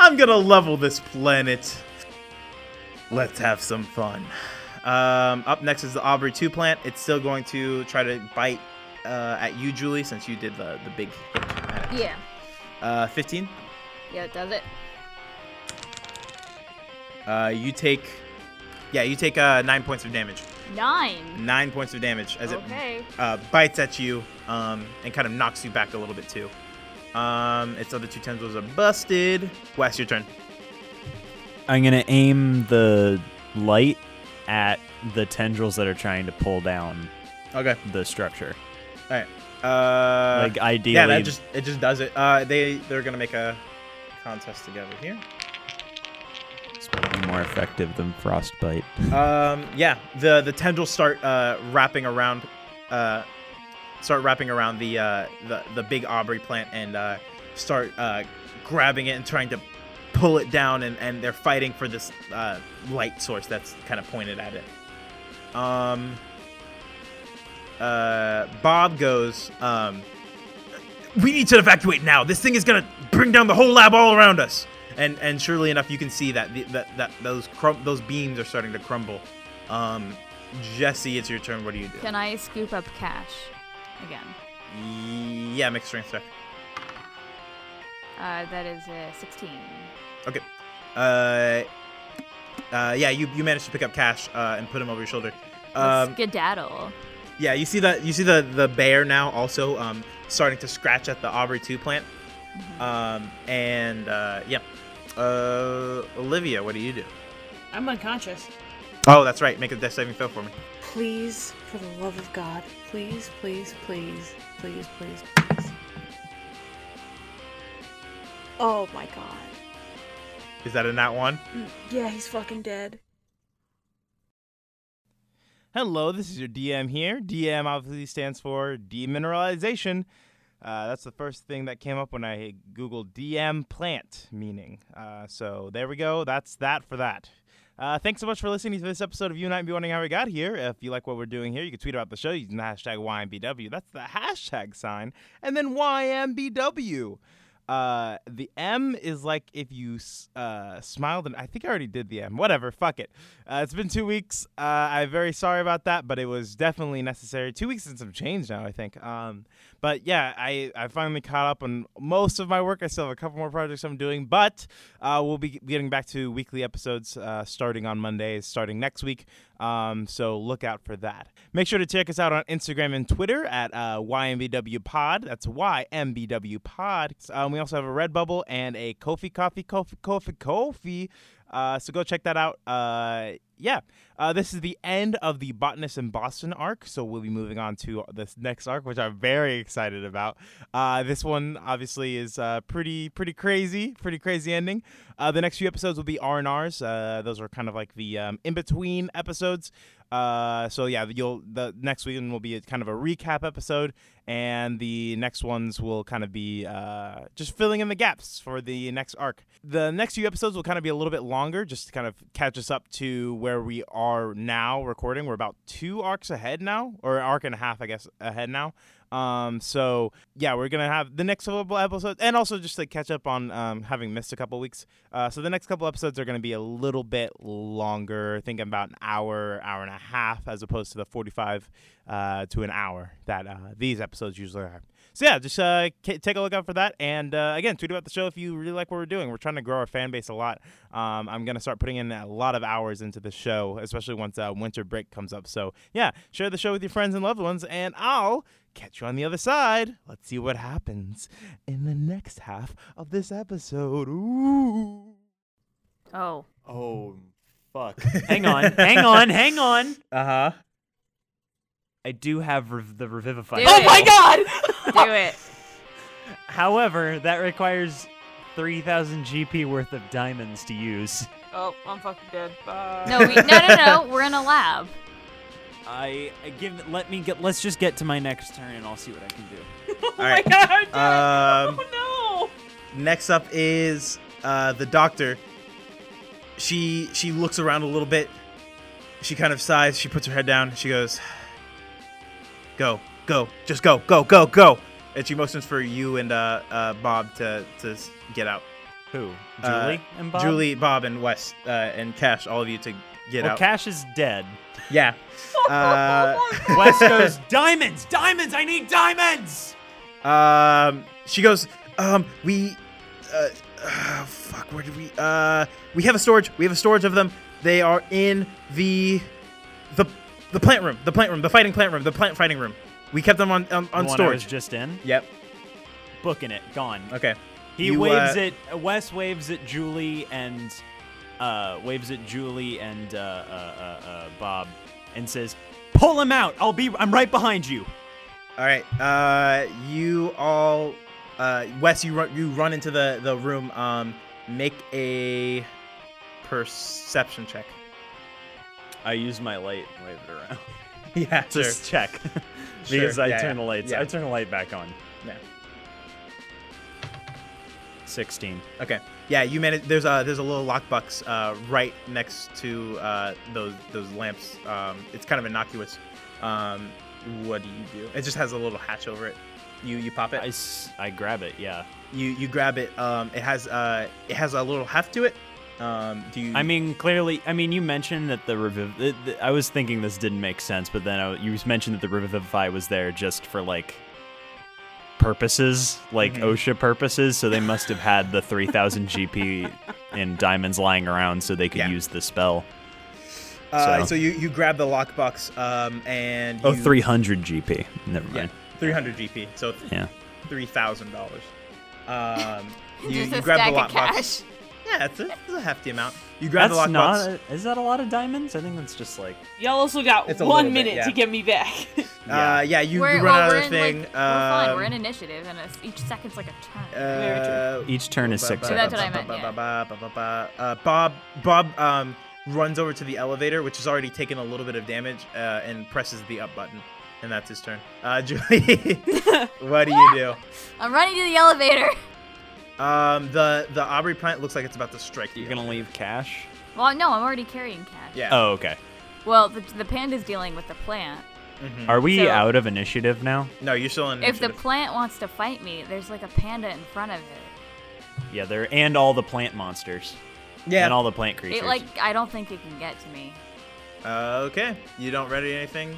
I'm gonna level this planet. Let's have some fun. Um, up next is the Aubrey 2 plant. It's still going to try to bite uh, at you, Julie, since you did the, the big hit at it.
Yeah.
Uh, 15.
Yeah, it does it.
Uh, you take. Yeah, you take uh, nine points of damage.
Nine.
Nine points of damage as it
Okay.
uh, bites at you um, and kind of knocks you back a little bit too. Um, its other two tendrils are busted. Wes, your turn.
I'm gonna aim the light at the tendrils that are trying to pull down
Okay.
the structure.
All right. Uh,
like ideally,
yeah, that just it just does it. Uh, they they're gonna make a contest together here.
it's probably more effective than frostbite.
Um, yeah, the the tendrils start uh, wrapping around, uh, start wrapping around the uh, the the big Aubrey plant and uh, start uh, grabbing it and trying to pull it down, and and they're fighting for this uh, light source that's kind of pointed at it. Um. Uh, Bob goes. Um, we need to evacuate now. This thing is gonna bring down the whole lab all around us. And and surely enough, you can see that the, that that those crum- those beams are starting to crumble. Um, Jesse, it's your turn. What do you do?
Can I scoop up cash again?
yeah, make a strength check.
Uh, that is uh, 16.
Okay. Uh, uh, yeah, you you managed to pick up cash uh, and put him over your shoulder. Um,
Skedaddle.
yeah, you see the you see the the bear now also um starting to scratch at the Aubrey two plant. Um, and uh, yeah, uh, Olivia, what do you do?
I'm unconscious.
Oh, that's right. Make a death saving throw for me.
Please, for the love of God, please, please, please, please, please, please. Oh my god. Mm,
Is that a nat one?
Yeah, he's fucking dead.
Hello, this is your DM here. DM obviously stands for demineralization. Uh, that's the first thing that came up when I Googled DM plant meaning. Uh, so there we go. That's that for that. Uh, thanks so much for listening to this episode of You and I Be Wondering How We Got Here. If you like what we're doing here, you can tweet about the show using the hashtag YMBW. That's the hashtag sign. And then YMBW. Uh, the M is like if you s- uh, smiled, and I think I already did the M. Whatever, fuck it. Uh, it's been two weeks. Uh, I'm very sorry about that, but it was definitely necessary. Two weeks and some change now, I think. Um, but yeah, I, I finally caught up on most of my work. I still have a couple more projects I'm doing, but uh, we'll be getting back to weekly episodes uh, starting on Mondays, starting next week. Um, so look out for that. Make sure to check us out on Instagram and Twitter at uh, YMBW Pod. That's YMBW Pod. Um, we also have a Redbubble and a Kofi Coffee, Kofi, Kofi, Kofi. Uh, so go check that out. Uh, yeah, uh, this is the end of the Botanist in Boston arc. So we'll be moving on to this next arc, which I'm very excited about. Uh, this one obviously is uh, pretty pretty crazy, pretty crazy ending. Uh, the next few episodes will be R and R's. Uh, those are kind of like the um, in between episodes. Uh, so yeah, you'll the next week will be kind of a recap episode, and the next ones will kind of be uh, just filling in the gaps for the next arc. The next few episodes will kind of be a little bit longer, just to kind of catch us up to where we are now recording. We're about two arcs ahead now, or an arc and a half, I guess, ahead now. Um, so yeah, we're gonna have the next couple episodes, and also just to catch up on um, having missed a couple weeks. Uh, so the next couple episodes are gonna be a little bit longer. I think about an hour, hour and a half, as opposed to the forty-five uh, to an hour that uh, these episodes usually are. So yeah, just uh, ca take a look out for that, and uh, again, tweet about the show if you really like what we're doing. We're trying to grow our fan base a lot. Um, I'm gonna start putting in a lot of hours into the show, especially once uh, winter break comes up. So yeah, share the show with your friends and loved ones, and I'll catch you on the other side. Let's see what happens in the next half of this episode. Ooh.
Oh,
Oh, fuck.
hang on, hang on, hang on.
Uh huh.
I do have rev- the revivify.
Do Oh it. my do it.
However, that requires 3,000 GP worth of diamonds to use.
Oh, I'm fucking dead. Bye.
No, we, no, no, no. We're in a lab.
I, I give. Let me get. Let's just get to my next turn, and I'll see what I can do.
oh my
Alright,
god, I'm dead.
Um,
oh
next up is uh, the doctor. She she looks around a little bit. She kind of sighs. She puts her head down. She goes, "Go, go, just go, go, go, go." And she motions for you and uh, uh, Bob to to s- get out.
Who?
Uh,
Julie and Bob.
Julie, Bob, and Wes uh, and Cash, all of you to get
Well,
out.
Oh, Cash is dead.
yeah. Uh,
Wes goes diamonds, diamonds. I need diamonds.
Um, she goes, um, we, uh, uh, fuck, where did we, uh, we have a storage, we have a storage of them. They are in the, the, the plant room, the plant room, the fighting plant room, the plant fighting room. We kept them on, um, on
the One I was
storage.
just in.
Yep.
Booking it. Gone.
Okay.
He
You,
waves
uh,
at Wes. Waves at Julie and uh, waves at Julie and uh, uh, uh, uh, Bob, and says, "Pull him out. I'll be. I'm right behind you."
All right. Uh, you all, uh, Wes, you run, you run into the, the room. Um, make a perception check.
I use my light and wave it around.
Yeah, sure.
Just check
Sure,
because I
yeah,
turn
yeah,
the lights.
yeah.
I turn the light back on.
Yeah.
Sixteen.
Okay. Yeah, you managed. There's a there's a little lockbox uh, right next to uh, those those lamps. Um, it's kind of innocuous. Um, what do you do? It just has a little hatch over it. You you pop it.
I, s- I grab it. Yeah.
You you grab it. Um, it has uh it has a little heft to it. Um, do you?
I mean, clearly, I mean, you mentioned that the reviv. The, the, I was thinking this didn't make sense, but then I, you mentioned that the revivify was there just for like purposes, like
Mhm.
OSHA purposes. So they must have had the three thousand GP in diamonds lying around, so they could
Yeah.
use the spell.
uh,
so-
so. you you grab the lockbox. Um, and
Oh,
you-
300 GP. Never mind.
Yeah, three hundred GP. So
Yeah.
three thousand dollars. Um, you,
Just
you
a
grab
stack
the
of
lockbox.
cash.
Yeah, it's a, it's a hefty amount. You grab
that's
the lockbox.
not. is that a lot of diamonds? I think that's just like.
Y'all also got
It's a
one
little bit,
minute
yeah.
to get me back.
Uh, yeah, you
we're,
run
well,
out
we're
of the
in,
thing.
Like, we're fine. We're
um,
in initiative, and it's, each second's like a turn.
uh,
Each turn is six
So that's what I
seconds.
meant, yeah.
Uh, Bob, Bob, um, runs over to the elevator, which has already taken a little bit of damage, uh, and presses the up button, and that's his turn. Uh, Julie, what do you do?
I'm running to the elevator.
Um, the the Aubrey plant looks like it's about to strike you.
You're gonna leave cash.
Well, no, I'm already carrying cash.
yeah.
Oh, okay.
Well, the, the panda's dealing with the plant.
Mhm.
Are we
So-
out of initiative now?
No, you're still in.
If the
initiative.
plant wants to fight me, there's like a panda in front of it.
Yeah, there and all the plant monsters.
Yeah.
And all the plant creatures.
It like I don't think it can get to me.
okay. You don't ready anything?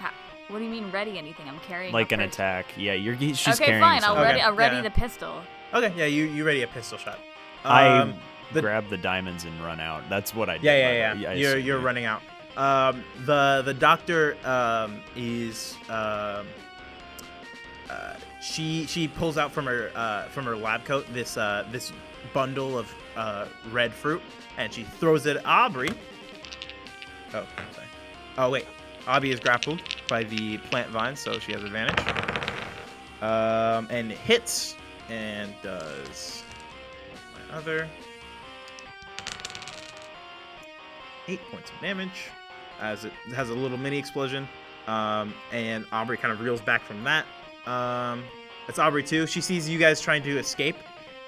Ha what do you mean ready anything? I'm carrying a
Like an
pers-
attack. Yeah, you're he's- she's
okay,
carrying
fine. I'll
something.
ready.
Okay,
I'll ready
yeah.
the pistol.
Okay. Yeah. You you ready a pistol shot?
I
Um, the-
grab the diamonds and run out. That's what I did.
Yeah,
by
yeah,
the
yeah.
way. I
you're
assume,
you're
yeah.
running out. Um, the the doctor um, is um, uh, she she pulls out from her uh, from her lab coat this uh, this bundle of uh, red fruit and she throws it at Aubrey. Oh, I'm sorry. Oh wait, Aubrey is grappled by the plant vine, so she has advantage. Um, and it hits and does my other eight points of damage as it has a little mini explosion. Um, and Aubrey kind of reels back from that. Um, it's Aubrey too. She sees you guys trying to escape,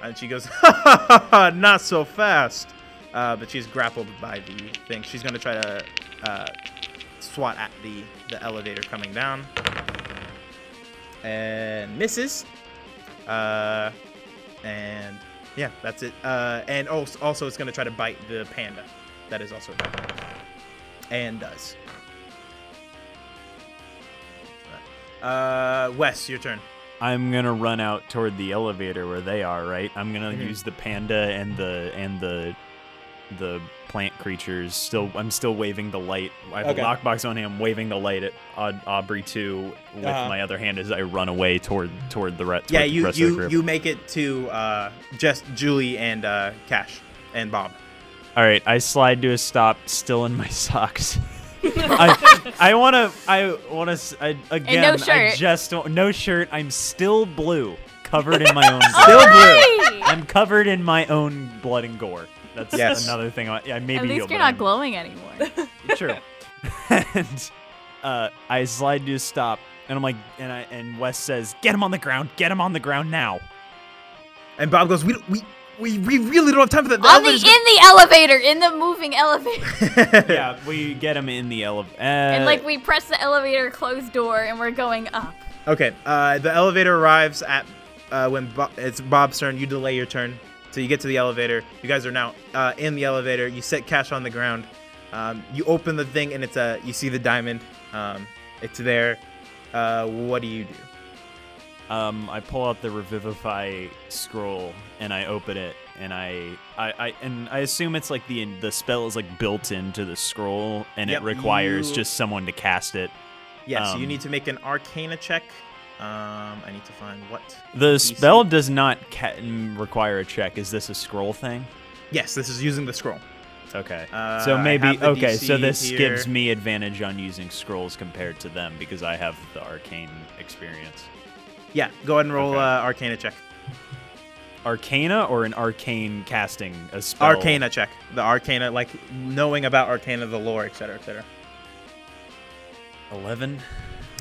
and she goes, "Ha ha ha! ha not so fast!" Uh, but she's grappled by the thing. She's gonna try to uh, swat at the the elevator coming down, and misses. Uh, and yeah, that's it. Uh, and also, also, it's gonna try to bite the panda. That is also and does. Uh, Wes, your turn.
I'm gonna run out toward the elevator where they are. Right. I'm gonna
Mm-hmm.
use the panda and the and the the plant creatures. Still, I'm still waving the light. I have
Okay.
a lockbox on him, waving the light at Aud- Aubrey too with
Uh-huh.
my other hand as I run away toward toward the, re- toward
yeah,
the
you
rest of the
you
group.
you make it to uh, just Julie and uh, Cash and Bob.
All right, I slide to a stop, still in my socks. I, I wanna, I wanna, s- I, again, I
shirt.
just don't, no shirt. I'm still blue, covered in my own. blood.
Still blue.
Hey!
I'm covered in my own blood and gore. That's
Yes.
another thing. I, yeah, maybe
At least
you'll
you're
blame
not glowing anymore.
me. True. and uh, I slide to a stop, and I'm like, and I, and Wes says, "Get him on the ground! Get him on the ground now!"
And Bob goes, we don't- we we, we really don't have time for that. The
on the in
elevator's gonna-"
the elevator, in the moving elevator,
yeah, we get him in the elevator. Uh,
and like we press the elevator closed door, and we're going up.
Okay. Uh, the elevator arrives at uh, when Bo- it's Bob's turn. You delay your turn, so you get to the elevator. You guys are now uh, in the elevator. You set Cash on the ground. Um, you open the thing, and it's a. You see the diamond. Um, it's there. Uh, what do you do?
Um, I pull out the revivify scroll and I open it, and I, I, I and I assume it's like the the spell is like built into the scroll, and
Yep,
it requires
you-
just someone to cast it.
Yeah, so you
Um,
need to make an Arcana check. Um, I need to find what.
The
DC.
spell does not ca- mm, require a check. Is this a scroll thing?
Yes, this is using the scroll.
Okay.
Uh,
so
I
maybe
have the
okay. So
DC
this gives
here.
me advantage on using scrolls compared to them because I have the arcane experience.
Yeah, go ahead and roll
Okay.
uh, Arcana check.
Arcana or an arcane casting a spell.
Arcana check. The Arcana, like knowing about Arcana, the lore, etc., etc.
eleven.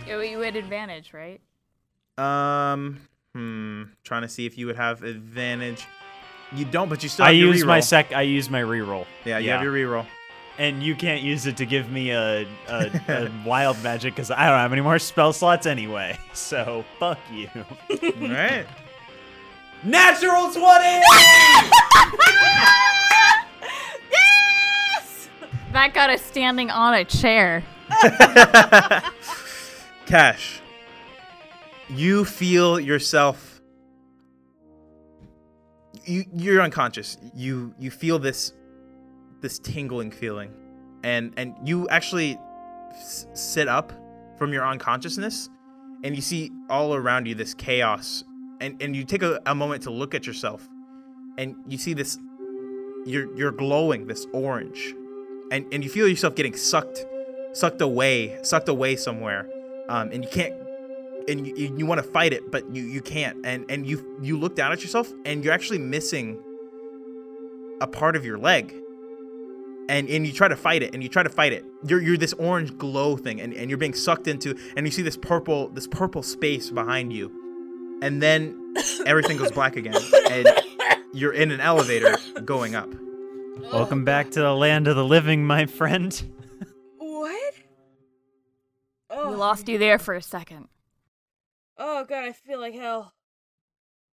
You, you had advantage, right?
Um, hmm. Trying to see if you would have advantage. You don't, but you still.
I
Have your
use my
reroll.
sec. I use my reroll.
Yeah, you
yeah.
have your reroll.
and you can't use it to give me a, a, a wild magic because I don't have any more spell slots anyway. So fuck you.
All right.
Natural twenty.
That got us standing on a chair.
Cash. You feel yourself. You you're unconscious. You you feel this, this tingling feeling, and and you actually s- sit up from your unconsciousness, and you see all around you this chaos, and and you take a, a moment to look at yourself, and you see this. You're you're glowing this orange, and and you feel yourself getting sucked sucked away, sucked away somewhere, um, and you can't, and you, you want to fight it, but you you can't, and and you you look down at yourself, and you're actually missing a part of your leg, and and you try to fight it, and you try to fight it. You're you're this orange glow thing, and and you're being sucked into, and you see this purple this purple space behind you, and then everything goes black again, and you're in an elevator going up.
Welcome back to the land of the living, my friend.
What? Oh,
We lost you there for a second.
Oh god, I feel like hell.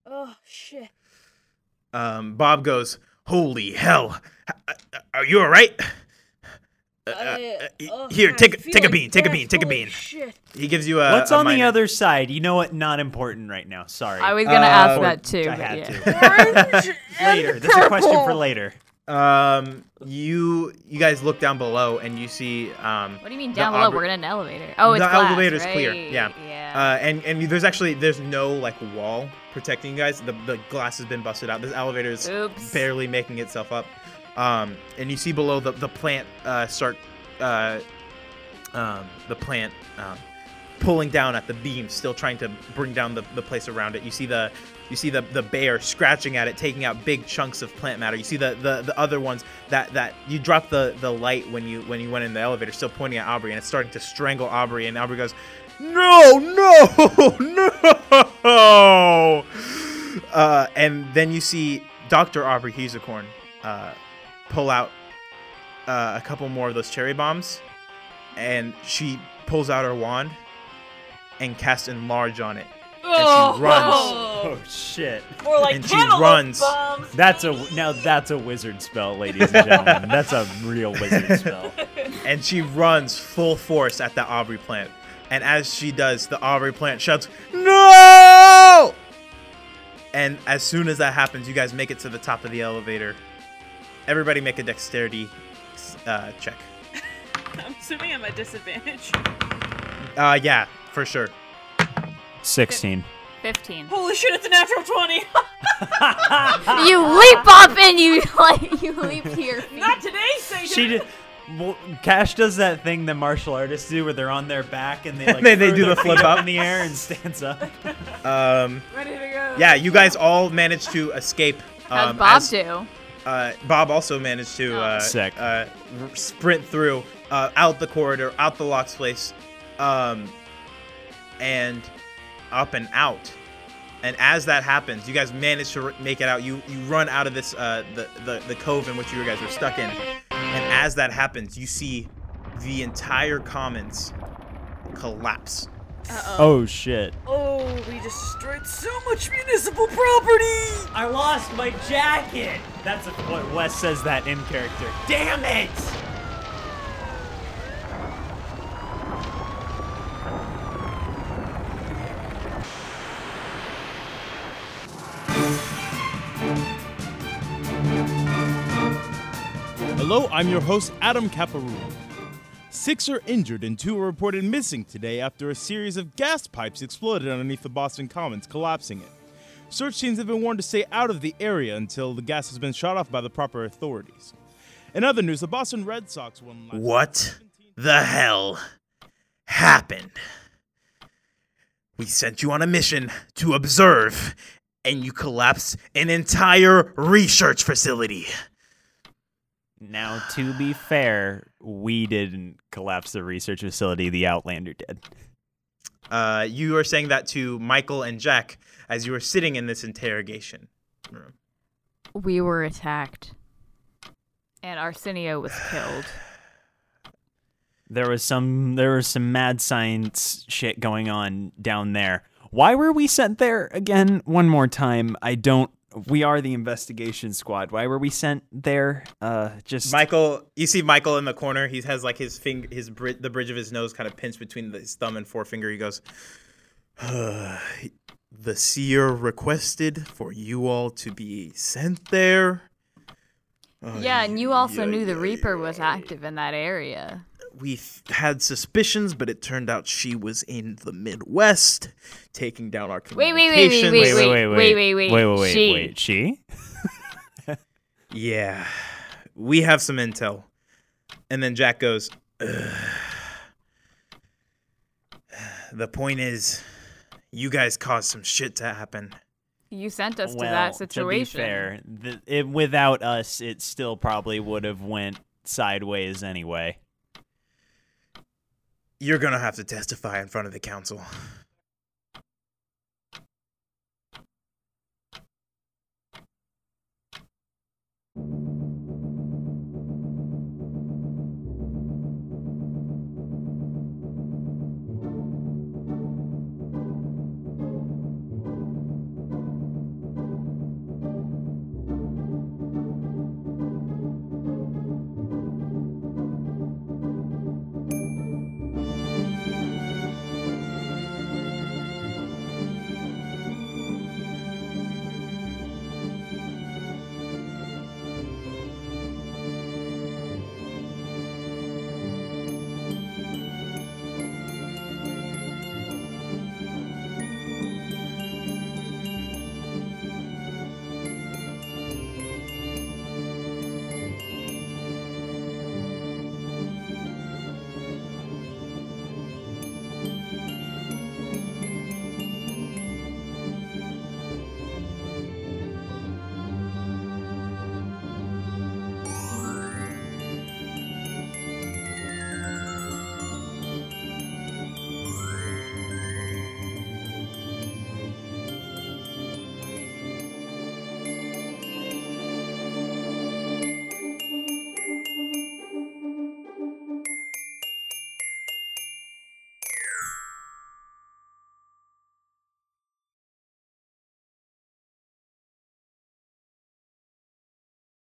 Oh shit.
Um, Bob goes, "Holy hell! H- uh, Are you all right?" Uh, uh,
oh,
uh, here, take a- take a bean, take a bean, take a bean. He gives you a.
What's
a
on the
Uh, minor.
other side? You know what? Not important right now. Sorry.
I was gonna ask
Um,
that too.
I
But
had
yeah.
to. later. That's a question for later.
Um, you you guys look down below and you see um,
What do you mean
The
down below?
Aubrey-
We're in an elevator. Oh, it's
the
glass,
elevator's clear.
right?
Yeah.
Yeah.
Uh, and and there's actually there's no like wall protecting you guys. The the glass has been busted out. This elevator is
Oops.
barely making itself up. Um, and you see below the the plant uh, start uh, um, the plant um, pulling down at the beam, still trying to bring down the, the place around it. You see the you see the, the bear scratching at it, taking out big chunks of plant matter. You see the, the, the other ones that, that you dropped the, the light when you when you went in the elevator, still pointing at Aubrey, and it's starting to strangle Aubrey. And Aubrey goes, "No, no, no!" Uh, and then you see Doctor Aubrey Husicorn uh, pull out uh, a couple more of those cherry bombs, and she pulls out her wand and casts enlarge on it. And she runs.
Oh shit.
More like
And she
cantaloupe
runs.
bombs.
That's a now that's a wizard spell, ladies and gentlemen. that's a real wizard spell.
and she runs full force at the Aubrey plant. And as she does, the Aubrey plant shouts, No! And as soon as that happens, you guys make it to the top of the elevator. Everybody make a dexterity uh, check.
I'm assuming I'm at disadvantage.
Uh, yeah, for sure.
Sixteen.
Uh,
Fifteen.
Holy shit, it's a natural 20.
you leap up and you like you leap to your feet.
Not today, Satan.
She did. Well, Cash does that thing that martial artists do, where they're on their back and they like
They- they
throw
do
their
the flip
feet
up.
in the air and stands up.
Um,
Ready to go.
yeah, you guys all managed to escape.
How's
um,
Bob
as-
do?
uh, Bob also managed to uh,
Sick.
Uh, r- sprint through, uh, out the corridor, out the lock's place, um, and up and out. And as that happens, you guys manage to r- make it out. You you run out of this uh, the, the the cove in which you guys were stuck in. And as that happens, you see the entire commons collapse.
Oh shit!
Oh, we destroyed so much municipal property.
I lost my jacket. That's what Wes says that in character. Damn it!
Hello, I'm your host, Adam Caparulo. Six are injured and two are reported missing today after a series of gas pipes exploded underneath the Boston Commons, collapsing it. Search teams have been warned to stay out of the area until the gas has been shot off by the proper authorities. In other news, the Boston Red Sox won last
What the hell happened? We sent you on a mission to observe, and you collapsed an entire research facility.
Now, to be fair, we didn't collapse the research facility. The Outlander did.
Uh, you are saying that to Michael and Jack as you were sitting in this interrogation room.
We were attacked, and Arsenio was killed.
There was some there was some mad science shit going on down there. Why were we sent there again one more time? I don't we are the investigation squad. Why were we sent there? Uh just
Michael, you see Michael in the corner. He has like his finger, his bri- the bridge of his nose kind of pinched between his thumb and forefinger. He goes, "The seer requested for you all to be sent there."
yeah, and you also
Oh, yeah,
knew the
yeah,
Reaper was active in that area.
we th- had suspicions, but it turned out she was in the Midwest, taking down our
Wait, wait, wait, wait,
communications.
wait, wait, wait, wait, wait,
wait, wait, wait,
she.
wait. She?
Yeah, we have some intel. And then Jack goes, "Ugh." "The point is, you guys caused some shit to happen."
You sent us
well,
to that
To be
situation.
fair, th- it, without us, it still probably would have went sideways anyway.
You're gonna have to testify in front of the council.